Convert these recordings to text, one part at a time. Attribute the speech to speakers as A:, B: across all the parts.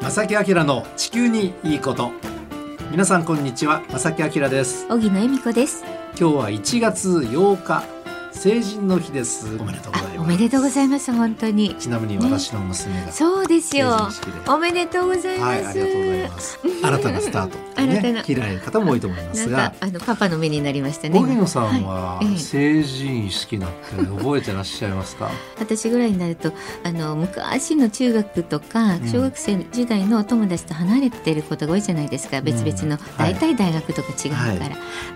A: 正木明の地球にいいこと皆さんこんにちは正木明です
B: 荻野恵美子です
A: 今日は1月8日成人の日ですおめでとうございます
B: おめでとうございます本当に
A: ちなみに私の娘が成
B: そうですよ
A: 人式で、
B: おめでとうございま
A: は
B: す、
A: いありがとうござい ます新たなスタートって
B: 新たな
A: ね嫌いな方も多いと思います
B: なん
A: が
B: かあのパパの目になりましたね
A: 荻野
B: 今
A: さんは
B: はいええ
A: 成人式なんて覚えてらっしゃいます か
B: 私ぐらいになるとあの昔の中学とか
A: うん
B: 小学生時代のお友達と離れてることが多いじゃないですか、別々の
A: はい
B: 大体大学とか違うから、
A: はい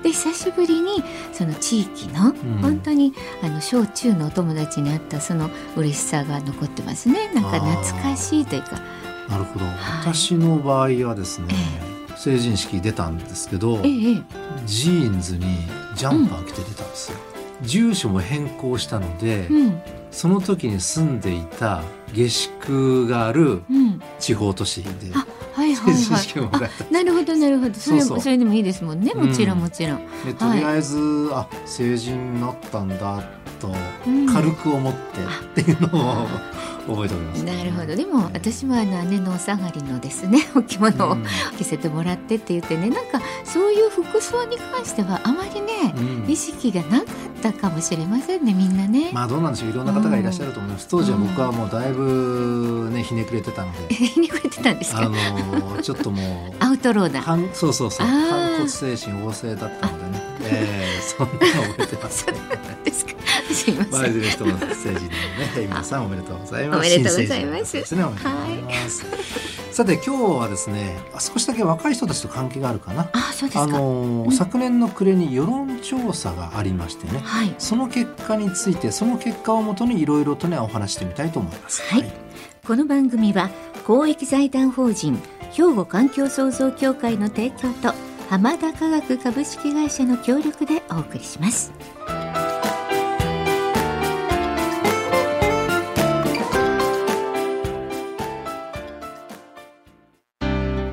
B: で久しぶりにその地域の、
A: ん
B: 本当にあの小中のお友達に会ったその嬉しさが残ってますねなんか懐かしいというか
A: なるほど
B: はい
A: 私の場合はですね
B: え
A: 成人式出たんですけど
B: えええ
A: ジーンズにジャンパー着て出たんですよ、住所も変更したので、
B: うん
A: その時に住んでいた下宿がある
B: うん
A: 地方都市で
B: あはいは
A: 成
B: い
A: 人
B: はい
A: 式 を迎えた、
B: なるほどなるほどそれ
A: そうそう
B: それでもいいですもんねもちろ
A: うん
B: んもちろん、
A: でとりあえず、あ成人になったんだと
B: うん
A: 軽く思ってっていうのを覚えております、
B: なるほどでも私
A: も、
B: もあの姉のお下がりのですねお着物を着せてもらってって言ってねなんかそういう服装に関してはあまりね
A: うんうん
B: 意識がなかったかもしれませんねみんなね、
A: まあどうなんでしょういろんな方がいらっしゃると思います当時は僕はもうだいぶねひねくれてたの で
B: ひねくれてたんです
A: あ
B: か
A: のちょっともう
B: アウトローな
A: 反そうそうそう
B: あー
A: 反骨精神旺盛だったのでね、えー、そんなの覚えて ますね。
B: ですかすい
A: ま
B: ま
A: あ、
B: せ
A: い
B: ん
A: ずれにしても成人のね、皆さんおめでとうございます。
B: おめでとうございます
A: 新成人の方ですね、おめでとうございます。さて、今日はですね、あ少しだけ若い人たちと関係があるかな。
B: あそうで
A: あ
B: すか
A: のー、
B: うん
A: 昨年の暮れに世論調査がありましてね。
B: はい
A: その結果について、その結果をもとに、いろいろとね、お話してみたいと思います。
B: はいこの番組は公益財団法人兵庫環境創造協会の提供と浜田科学株式会社の協力でお送りします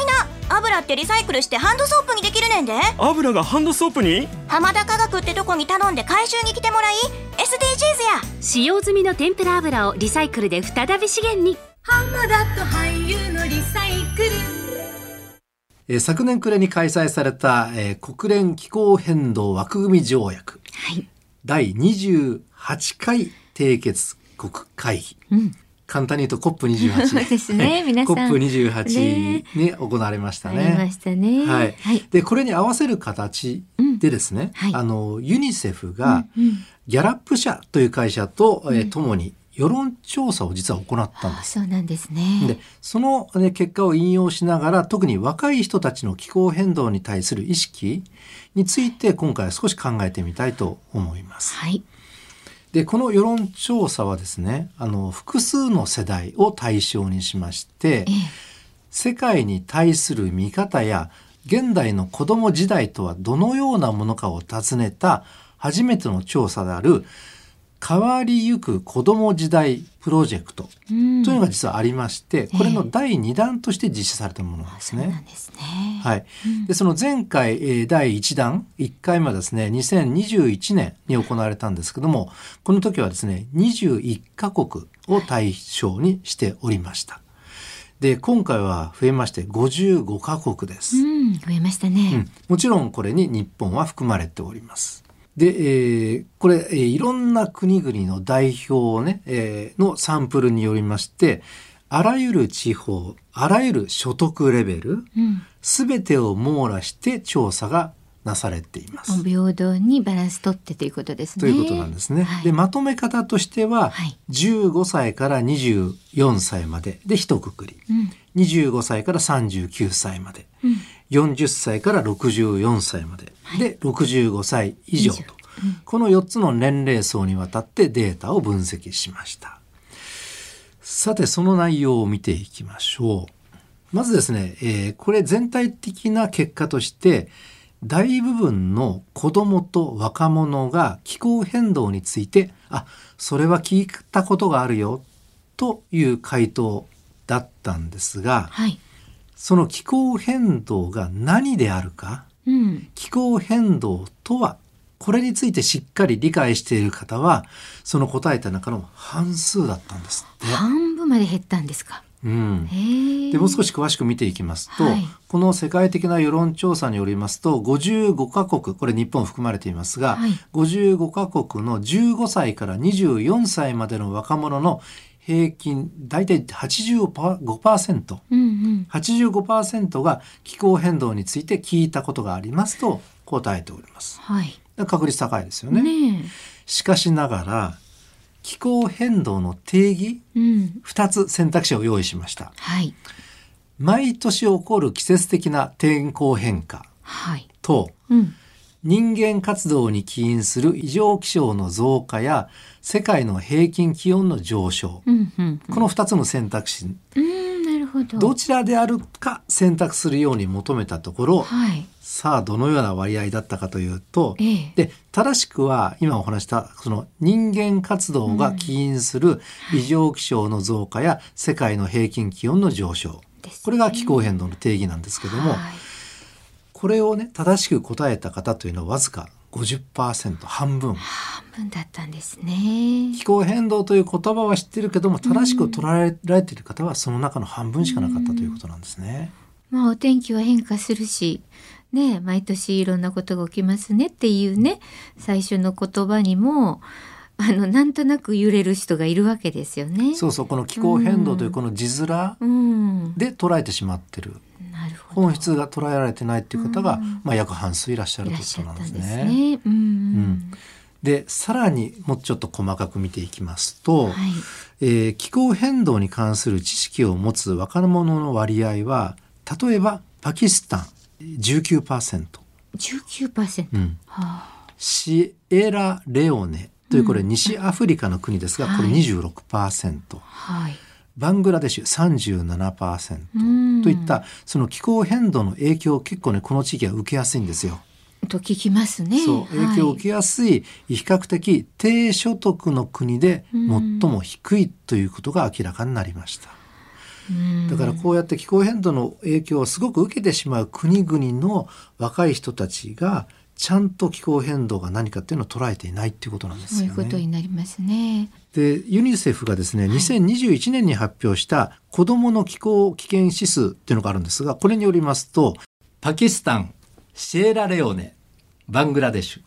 C: いな油ってリサイクルしてハンドソープにできるねんで
D: 油がハンドソープに
C: 浜田科学ってとこに頼んで回収に来てもらい SDGs や
E: 使用済みの天ぷら油をリサイクルで再び資源に
A: えー昨年暮れに開催された、えー国連気候変動枠組み条約、
B: はい
A: 第28回締結国会議
B: うん
A: 簡単に言うと COP28
B: そうですね皆さん
A: COP28 に行われました
B: あ
A: ね
B: りましたね
A: はい
B: はい
A: でこれに合わせる形でですね、
B: うんはい
A: あのユニセフが
B: うん
A: ギャラップ社という会社と、えー共に世論調査を実は行ったん
B: あ
A: です。
B: そうなんです
A: で
B: ね
A: その、ね、結果を引用しながら特に若い人たちの気候変動に対する意識について今回は少し考えてみたいと思います。
B: はい
A: でこの世論調査はですねあの複数の世代を対象にしまして
B: ええ
A: 世界に対する見方や現代の子ども時代とはどのようなものかを尋ねた初めての調査である変わりゆく子ども時代プロジェクト
B: うん
A: というのが実はありまして、これの第2弾として実施されたものなんです
B: そう
A: ね。
B: なんですね
A: はい、でその前回、えー第1弾1回目はですね2021年に行われたんですけどもこの時はですね21カ国を対象にしておりました。で今回は増えまして55カ国です。
B: うん増えました
A: う
B: ね
A: んもちろんこれに日本は含まれております。で、えーこれ、えーいろんな国々の代表をね、えーのサンプルによりまして、あらゆる地方、あらゆる所得レベル、
B: うん
A: すべてを網羅して調査がなされています。
B: 平等にバランス取ってということですね
A: ということなんですね。
B: はい
A: で、まとめ方としては、
B: はい
A: 15歳から24歳までで一括り、
B: うん
A: 25歳から39歳まで、
B: うん
A: 40歳から64歳まで、で65歳以上と、
B: 以上
A: この4つの年齢層にわたってデータを分析しましたさてその内容を見ていきましょうまずですね、えーこれ全体的な結果として大部分の子どもと若者が気候変動についてあそれは聞いたことがあるよという回答だったんですが
B: はい。
A: その気候変動が何であるか
B: うん。
A: 気候変動とはこれについてしっかり理解している方はその答えた中の半数だったんですって。
B: 半分まで減ったんですか。
A: うん、
B: へえ。
A: でもう少
B: し。
A: し詳しく見ていきますと、
B: はい
A: この世界的な世論調査によりますと55カ国これ日本含まれていますが、
B: はい
A: 55カ国の15歳から24歳までの若者の平均大体 85%85%
B: うんうん。
A: 85%が気候変動について聞いたことがありますと答えております。
B: はい。
A: 確率高いですよね。
B: ね
A: しかしながら気候変動の定義
B: え。うん。
A: 2つ選択肢を用意しました。
B: はい。
A: 毎年起こる季節的な天候変化
B: はい。
A: と
B: うん。
A: 人間活動に起因する異常気象の増加や世界の平均気温の上昇、
B: うんうん。
A: この2つの選択肢
B: うん、なるほど。
A: どちらであるか選択するように求めたところ
B: はい。
A: さあどのような割合だったかというと
B: ええ。
A: で正しくは今お話したその人間活動が起因する異常気象の増加や世界の平均気温の上昇
B: ですね
A: これが気候変動の定義なんですけども。
B: はい
A: これをね正しく答えた方というのはわずか50%半分
B: 半分だったんですね。
A: 気候変動という言葉は知ってるけども正しく捉えられている方はその中の半分しかなかったということなんですね。
B: まあお天気は変化するし、ねえ、毎年いろんなことが起きますねっていうね、最初の言葉にも、あの、なんとなく揺れる人がいるわけですよね。
A: そうそうこの気候変動というこの字面
B: うん。
A: で捉えてしまってる
B: なるほど。
A: 本質が捉えられてないっていう方が
B: うん
A: まあ約半数いらっしゃ
B: い
A: るとい
B: らっ
A: うこ
B: し
A: と
B: ゃ
A: な
B: っ
A: ん
B: た
A: で
B: ん
A: す
B: です
A: ね。
B: ね。うんうん。
A: でさらにもうちょっと細かく見ていきますと、
B: はい。
A: えー気候変動に関する知識を持つ若者の割合は例えばパキスタン19%、
B: 19%。
A: うん、
B: はあ、
A: シエラレオネというこれ西アフリカの国ですが、これ
B: はい
A: 26%、
B: はい。
A: バングラデシュ37%、
B: うん
A: といったその気候変動の影響を結構ねこの地域は受けやすいんですよ。
B: と聞きますね。
A: そう影響を受
B: はい
A: けやすい比較的低所得の国で最も低いということが明らかになりました。
B: うん
A: だからこうやって気候変動の影響をすごく受けてしまう国々の若い人たちがちゃんと気候変動が何かっていうのを捉えていないっていうことなんです
B: そうい
A: よ
B: うことに
A: ね。
B: なりますね。
A: でユニセフがですね2021年に発表した子どもの気候危険指数っていうのがあるんですがこれによりますとパキスタンシエラレオネバングラデシュ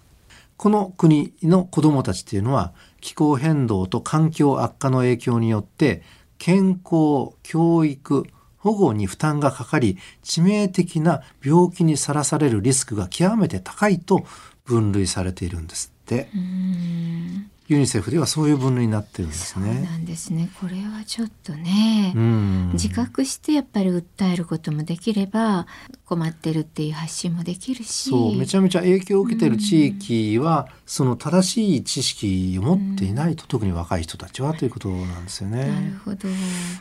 A: この国の子どもたちっていうのは気候変動と環境悪化の影響によって健康教育保護に負担がかかり致命的な病気にさらされるリスクが極めて高いと分類されているんですって
B: うん。
A: ユニセフではそういう分類になってるんです
B: そう
A: ね。
B: なんですね。これはちょっとね。
A: うん
B: 自覚してやっぱり訴えることもできれば困ってるっていう発信もできるし
A: そうめちゃめちゃ影響を受けている地域は、その正しい知識を持っていないと、特に若い人たちはということなんですよ
B: なる
A: ね。
B: ほど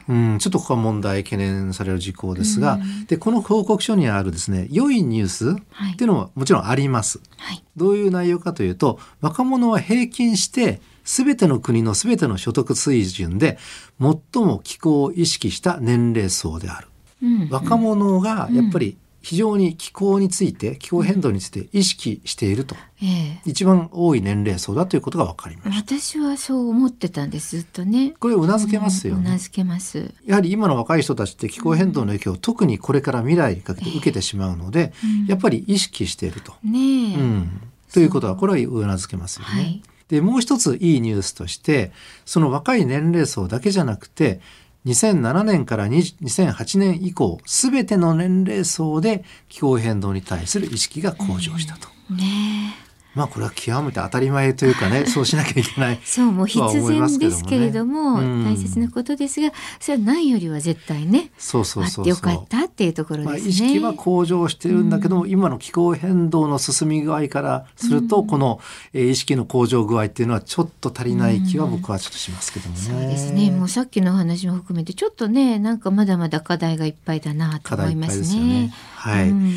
A: うん、ちょっとここは問題懸念される事項ですが、でこの報告書にあるですね良いニュース
B: はい
A: っていうのももちろんあります。
B: はい
A: どういう内容かというと若者は平均して全ての国の全ての所得水準で最も気候を意識した年齢層である。
B: うん
A: 若者がやっぱり非常に気候について、気候変動について意識していると
B: ええ
A: 一番多い年齢層だということが分かりました。
B: 私はそう思ってたんですずっとね
A: これをうなずけますよ
B: うな
A: ね。
B: ずけます
A: やはり今の若い人たちって気候変動の影響を特にこれから未来にかけて受けてしまうので、やっぱり意識していると。
B: ねえ、
A: うん、ということはこれはうなずけますよね。
B: はい
A: でもう一ついいニュースとしてその若い年齢層だけじゃなくて2007年から20 2008年以降全ての年齢層で気候変動に対する意識が向上したと。
B: ね
A: まあこれは極めて当たり前というか ねそうしなきゃいけない
B: え。そうもう必然ですけれども,、
A: まあ思いますけどもねうん
B: 大切なことですがそれはないよりは絶対ね
A: そうそうそう
B: あっ
A: そう。
B: てよかったっていうところです
A: まあ、
B: ね、
A: 意識は向上してるんだけども、今の気候変動の進み具合からすると、この、えー意識の向上具合っていうのはちょっと足りない気は僕はちょっとしますけどもね。
B: そうですね。もうさっきの話も含めてちょっとね、なんかまだまだ課題がいっぱいだなと
A: 課
B: 思
A: 題
B: い
A: いっ
B: ま
A: ぱい
B: す
A: ですよね。
B: ね。
A: はい、
B: うん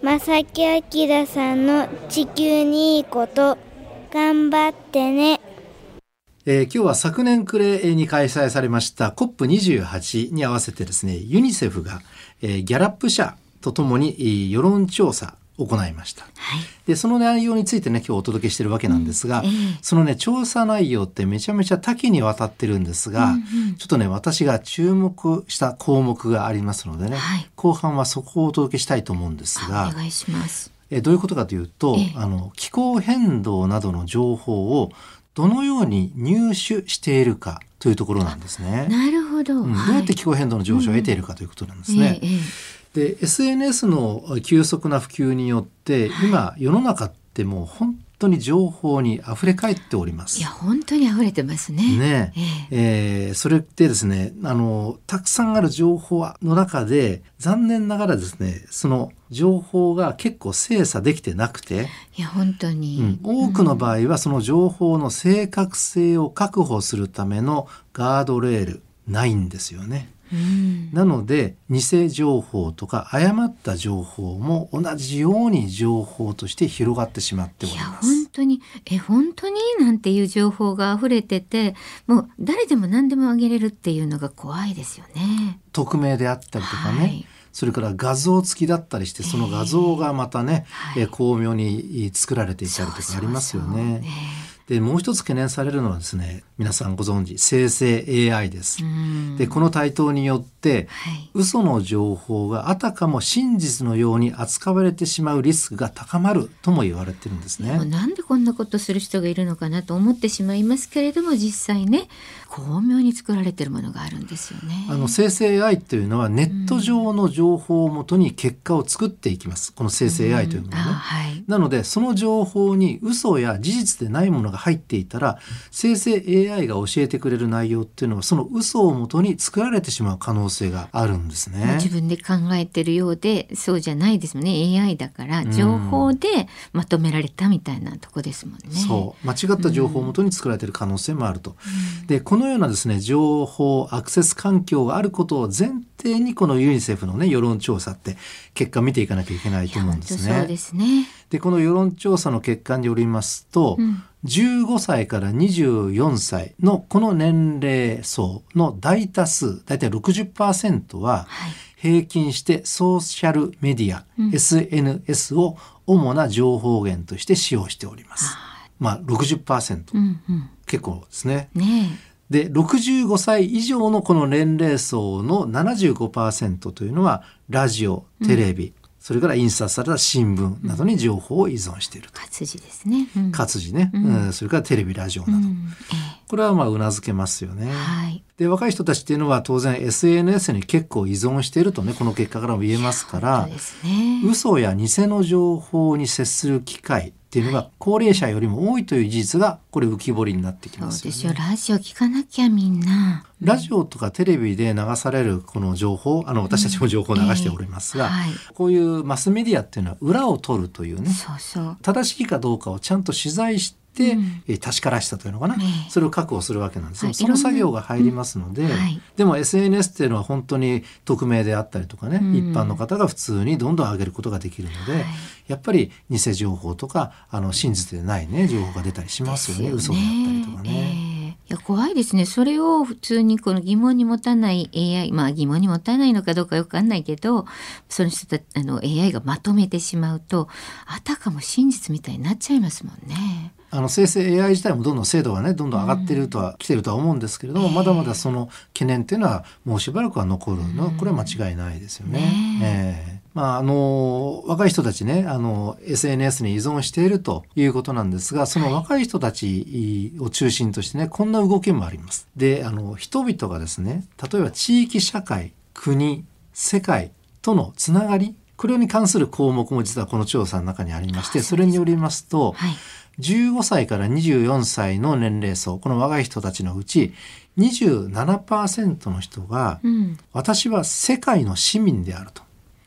F: 正木明さんの地球にいいこと頑張ってね
A: えー今日は昨年暮れに開催されました COP28 に合わせてですねユニセフが、えーギャラップ社とともに、えー世論調査を行いました、でその内容についてね今日お届けしてるわけなんですが、
B: ええ
A: そのね調査内容ってめちゃめちゃ多岐にわたってるんですが、ちょっとね私が注目した項目がありますのでね、
B: はい
A: 後半はそこをお届けしたいと思うんです
B: あ
A: が
B: お願いします。
A: えどういうことかというと、
B: ええ
A: あの気候変動などの情報をどのように入手しているかというところなんですね。
B: なるほど。
A: うん
B: はい
A: どうやって気候変動の上昇を得ているかということなんですね。
B: ええええ
A: で SNS の急速な普及によって今世の中ってもう本当に情報にあふれ返っております
B: いや。本当に溢れてますね。
A: ね
B: ええ
A: えーそれってですねあのたくさんある情報の中で残念ながらですねその情報が結構精査できてなくて、
B: いや本当に、
A: うん多くの場合はその情報の正確性を確保するためのガードレールないんですよね。
B: うん
A: なので偽情報とか誤った情報も同じように情報として広がってしまってお
B: い
A: り
B: や
A: ま
B: 本
A: す。
B: 当にえ本当になんていう情報が溢れててもう誰でも何でもあげれるっていうのが怖いですよね。
A: 匿名であったりとかね、
B: はい
A: それから画像付きだったりしてその画像がまたね、
B: はい
A: えー巧妙にえー作られていたりとかありますよ
B: そうそうそう
A: ね。でもう一つ懸念されるのはですね皆さんご存知生成 AI です
B: え。うん
A: でこの台頭によって
B: はい
A: 嘘の情報があたかも真実のように扱われてしまうリスクが高まるとも言われてるんです
B: もう
A: ね。
B: なんでこんなことする人がいるのかなと思ってしまいますけれども実際ね巧妙に作られてるものがあるんですよね。
A: あの生成 AI というのはネット上の情報をもとに結果を作っていきます。この生成 AI というの
B: あ
A: はね。
B: はい
A: なのでその情報に嘘や事実でないものが入っていたら生成 AI が教えてくれる内容っていうのはその嘘をもとに作られてしまう可能性があるんです
B: まあ
A: ね。
B: 自分で考えてるようでそうじゃないですもんね AI だから情報でまとめられたみたいなとこですもんね。
A: そう間違った情報をもとに作られている可能性もあると、でこのようなですね情報アクセス環境があることを前提にこのユニセフのね世論調査って結果見ていかなきゃいけない
B: い
A: と
B: や
A: 思う
B: 本
A: んで
B: 当
A: す
B: そう
A: ね。
B: で
A: です
B: ね。
A: この世論調査の結果によりますと、
B: うん
A: 15歳から24歳のこの年齢層の大多数大体60%は
B: はい。
A: 平均してソーシャルメディア、
B: うん
A: SNS を主な情報源として使用しております。まあ60%、
B: うんうん。
A: 結構ですね。
B: ね
A: で65歳以上のこの年齢層の75%というのはラジオテレビ、それから印刷された新聞などに情報を依存している
B: え
A: と。
B: 活字ですね。うん
A: 活字ね、
B: うん
A: うんそれからテレビラジオ
B: う
A: など、
B: んえ
A: これはまあうなずけますよね
B: え。はい。
A: で若い人たちっていうのは当然 SNS に結構依存しているとねこの結果からも言えますから
B: そうですね。
A: 嘘や偽の情報に接する機会っていうのが高齢者よりも多いという事実がこれ浮き彫りになってき
B: そう
A: ま
B: です
A: よね。
B: すよ。ラジオ聞かなきゃみんな。
A: ラジオとかテレビで流されるこの情報あの私たちも情報を流しておりますが、
B: はい。
A: こういうマスメディアっていうのは裏を取るというね
B: そうそう。
A: 正しいかどうかをちゃんと取材して、
B: うん
A: えー確からしたというのかな、
B: ええ
A: それを確保するわけなんですよ、
B: はい
A: その作業が入りますので、
B: んはい
A: でも SNS っていうのは本当に匿名であったりとかね、
B: うん
A: 一般の方が普通にどんどん上げることができるので、
B: はい
A: やっぱり偽情報とかあの真実でないね情報が出たりしますよね
B: です
A: 嘘
B: よ
A: だ
B: ね
A: ったりとかね。
B: ええいや怖いですねそれを普通にこの疑問に持たない AI まあ疑問に持たないのかどうかよくわかんないけどその人たあの AI がまとめてしまうとあたかも真実みたいになっちゃいますもんね。
A: あの生成 AI 自体もどんどん精度がねどんどん上がってるとは、来てるとは思うんですけれども、まだまだその懸念っていうのはもうしばらくは残るの、これは間違いないですよね。え
B: ね
A: えまあ、あの若い人たちねあの SNS に依存しているということなんですがその若い人たちを中心としてねこんな動きもあります。であの人々がですね例えば地域社会国世界とのつながりこれに関する項目も実はこの調査の中にありましてそれによりますと、
B: はい、
A: 15歳から24歳の年齢層この若い人たちのうち27%の人が、
B: うん
A: 私は世界の市民であると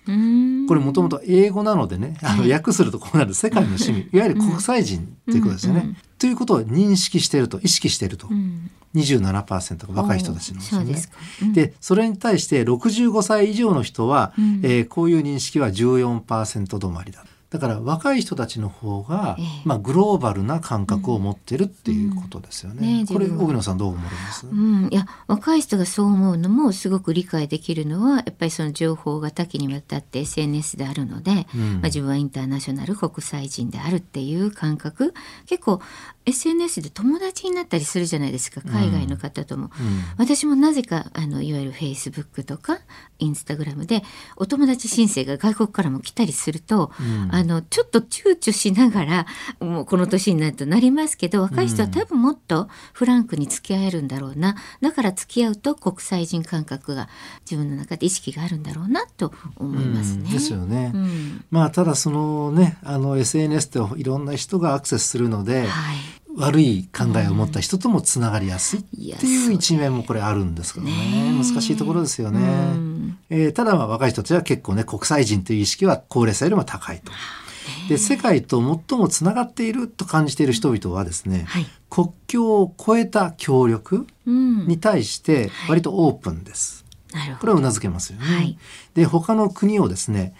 B: うーん
A: これもともと英語なのでね、あの訳するとこうなる世界の市民いわゆる国際人っていうことですよね。
B: うんうん
A: ということを認識していると意識していると、
B: うん
A: 27%が若い人たちなんですよ
B: そうで
A: ね
B: す。か。うん
A: でそれに対して65歳以上の人は、
B: うん
A: えーこういう認識は14%止まりだだから若い人たちの方が、
B: ええ
A: まあ、グローバルな感覚を持ってるっていうことですよね。
B: うんね
A: これ
B: 自分は
A: 荻野さんどう思われます、
B: うん、いや若い人がそう思うのもすごく理解できるのはやっぱりその情報が多岐にわたって SNS であるので、
A: うん
B: まあ、自分はインターナショナル国際人であるっていう感覚結構 SNS で友達になったりするじゃないですか海外の方とも。
A: うん
B: 私もなぜかあのいわゆるフェイスブックとかインスタグラムでお友達申請が外国からも来たりすると、
A: うん
B: あのちょっと躊躇しながらもうこの年になるとなりますけど若い人は多分もっとフランクに付き合えるんだろうなだから付き合うと国際人感覚が自分の中で意識があるんだろうなと思いますね。
A: うんですよね。
B: うん
A: まあただそのねあの SNS っていろんな人がアクセスするので、
B: はい
A: 悪い考えを持った人ともつながりやすいって
B: いや
A: いう一面もこれあるんですけどね難しいところですよね。
B: うん
A: えーただまあ若い人たちは結構ね国際人という意識は高齢者よりも高いと。で世界と最もつながっていると感じている人々はですね、
B: はい
A: 国境を越えた協力
B: うん
A: に対して割とオープンです。
B: なるほ
A: こ
B: ど
A: れはうなずけますよね。
B: はい
A: で他の国をですね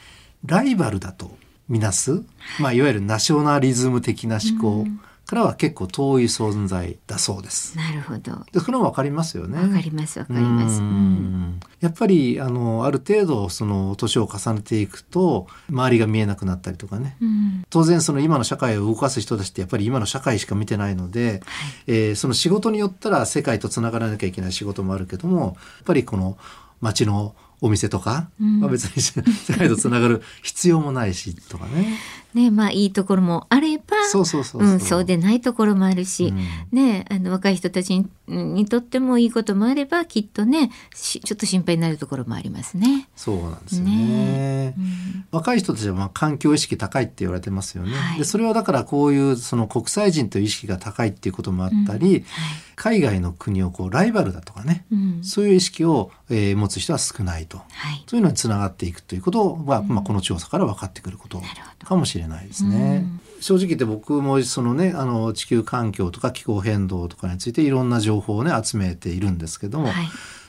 A: ライバルだとみなす、まあ、いわゆるナショナリズム的な思考からは結構遠い存在だそうです。
B: なるほどわ
A: でそれも分かりますよね。
B: かりますわかります。
A: う
B: うんん
A: やっぱりあのある程度その年を重ねていくと周りが見えなくなったりとかね
B: うん
A: 当然その今の社会を動かす人たちってやっぱり今の社会しか見てないので、えーその仕事によったら世界とつながらなきゃいけない仕事もあるけどもやっぱりこの街のお店とか、
B: うん
A: まあ別に 世界とつながる必要もないしとか ね。
B: ねまあいいところもあれば
A: そうそうそう
B: うん、そうでないところもあるし、
A: うん
B: ねあの若い人たちににとってもいいこともあればきっとねしちょっと心配になるところもありますね。
A: そうなんですよね
B: ねうん
A: 若い人たちはまあ環境意識高いって言われてますよね。
B: はい
A: でそれはだからこういうその国際人という意識が高いっていうこともあったり、海外の国をこうライバルだとかね、
B: うん
A: そういう意識を、えー持つ人は少ないと。
B: はい、
A: そういうのにつながっていくということは、まあ、この調査から分かってくることかもしれないですね。正直言って僕もそのねあの地球環境とか気候変動とかについていろんな情報をね集めているんですけども、
B: はい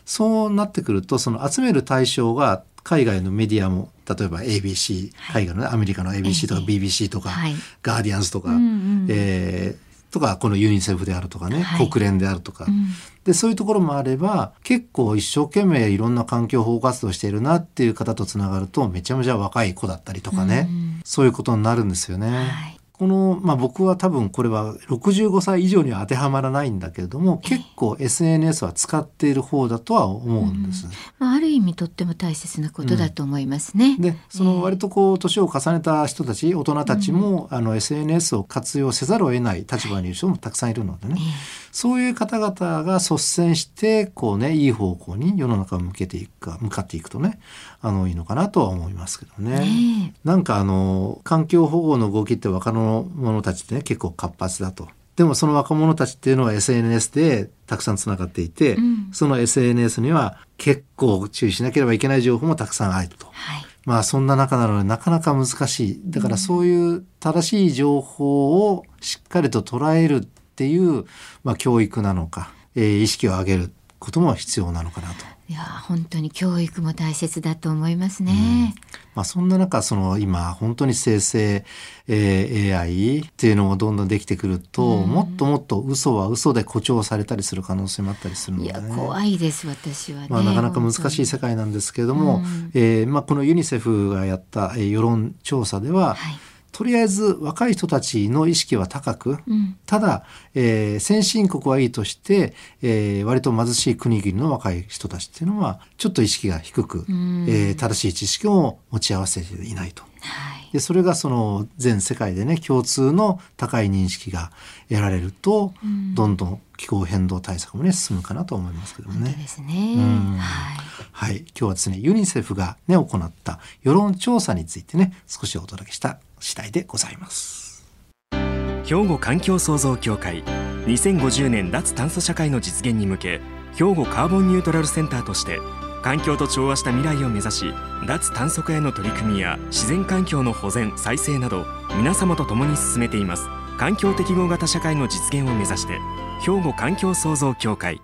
A: そうなってくるとその集める対象が海外のメディアも例えば ABC、海外のねアメリカの ABC とか
B: ええ
A: BBC とか、
B: はい
A: ガーディアンズとか、
B: うんうん
A: えーとかこのユニセフであるとかね、
B: はい
A: 国連であるとか、
B: うん
A: でそういうところもあれば結構一生懸命いろんな環境保護活動しているなっていう方とつながるとめちゃめちゃ若い子だったりとかね、そういうことになるんですよね。
B: はい
A: この、まあ、僕は多分これは65歳以上には当てはまらないんだけれども結構 SNS は使っている方だとは思うんです。
B: まあ、ある意味とっても大切なことだと思いますね。
A: でその割とこう年を重ねた人たち大人たちも、あの SNS を活用せざるを得ない立場にいる人もたくさんいるのでね、そういう方々が率先してこうねいい方向に世の中を向けていくか向かっていくとねあのいいのかなとは思いますけどね。
B: ね
A: なんかあの環境保護の動きって若者たちってね結構活発だと。でもその若者たちっていうのは SNS でたくさんつながっていて、
B: ん
A: その SNS には結構注意しなければいけない情報もたくさんあると。
B: はい
A: まあそんな中なのでなかなか難しい。だからそういう正しい情報をしっかりと捉えるっていう、まあ教育なのか、えー意識を上げることも必要なのかなと。
B: いや本当に教育も大切だと思いますね。
A: まあそんな中、その今本当に生成、えー AI っていうのもどんどんできてくると、もっともっと嘘は嘘で誇張されたりする可能性もあったりするの
B: い
A: で
B: や
A: ね。
B: 怖いです私はね。
A: まあ、なかなか難しい
B: 本
A: 世界なんですけれども、えーまあ、このユニセフがやった、えー世論調査では、
B: はい
A: とりあえず若い人たちの意識は高く、
B: 当に。うん
A: ただ、えー先進国はいいとして、えー割と貧しい国々の若い人たちっていうのはちょっと意識が低く、
B: ん
A: えー正しい知識を持ち合わせていないと。
B: はい
A: でそれがその全世界でね共通の高い認識が得られると、どんどん気候変動対策もね進むかなと思いますけどもね。
B: そうですね。
A: ん
B: はい。
A: はい、今日はですねユニセフが、ね、行った世論調査についてね少しお届けした次第でございます。
D: 兵庫環境創造協会2050年脱炭素社会の実現に向け兵庫カーボンニュートラルセンターとして環境と調和した未来を目指し脱炭素化への取り組みや自然環境の保全再生など皆様と共に進めています環境適合型社会の実現を目指して兵庫環境創造協会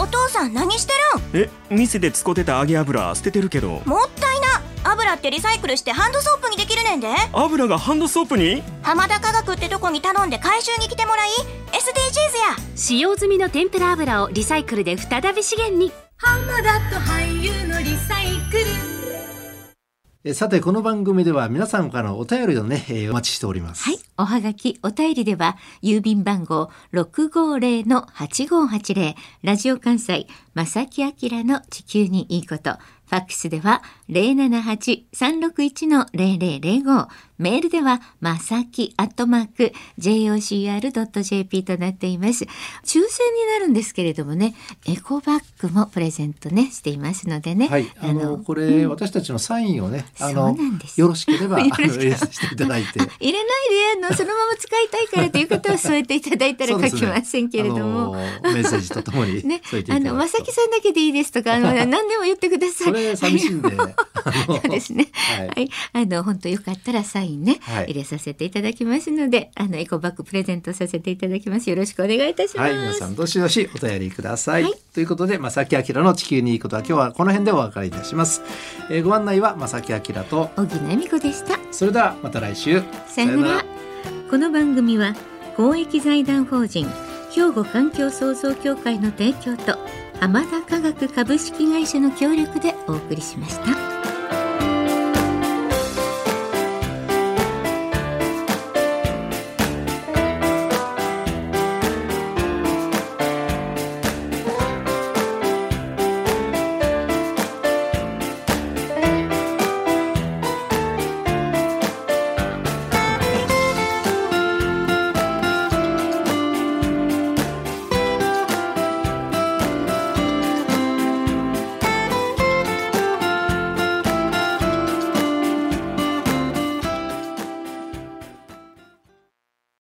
C: お父さん何してるん
D: え店で使ってた揚げ油捨ててるけど
C: もったいな油ってリサイクルしてハンドソープにできるねんで
D: 油がハンドソープに
C: 浜田科学ってとこに頼んで回収に来てもらい SDGs や
E: 使用済みの天ぷら油をリサイクルで再び資源に
A: えさてこの番組では皆さんからのお便りをね、えーお待ちしております。
B: はい。おはがき、お便りでは、郵便番号650-8580、ラジオ関西、正木明の地球にいいこと、ファックスでは078-361-0005、メールでは、まさきアットマーク、jocr.jp となっています。抽選になるんですけれどもね、エコバッグもプレゼントね、していますのでね。
A: はい、あのこれ、私たちのサインをね、あ
B: そう
A: の
B: なんです
A: よろしけ ればあ
B: よろしけ
A: の入
B: れば
A: れさせていただ いて。
B: 入れないであのそのまま使いたいからという方は添えていただいたら
A: そうです
B: 書
A: ね
B: きませんけれど
A: あ
B: も。
A: のメッセージとともに
B: ね
A: 添え、てい
B: あ
A: ただ
B: の、ま
A: くと
B: さきさんだけでいいですとか、あの、何でも言ってくださ
A: そ
B: い。
A: れ寂しい んで、
B: は
A: あの
B: そうですね。
A: はい
B: はい、あの、本当よかったらサインね、
A: はい
B: 入れさせていただきますので、あの、エコバッグプレゼントさせていただきます。よろしくお願いいたしま
A: は
B: す。
A: い、皆さんどしどしお便りください。
B: はい
A: ということで、まさきあきらの地球にいいことは今日はこの辺でお別れいたします。えーご案内はまさきあきらと、
B: 小木奈美子でした。
A: それではまた来週。
B: さよなら。この番組は公益財団法人兵庫環境創造協会の提供と浜田科学株式会社の協力でお送りしました。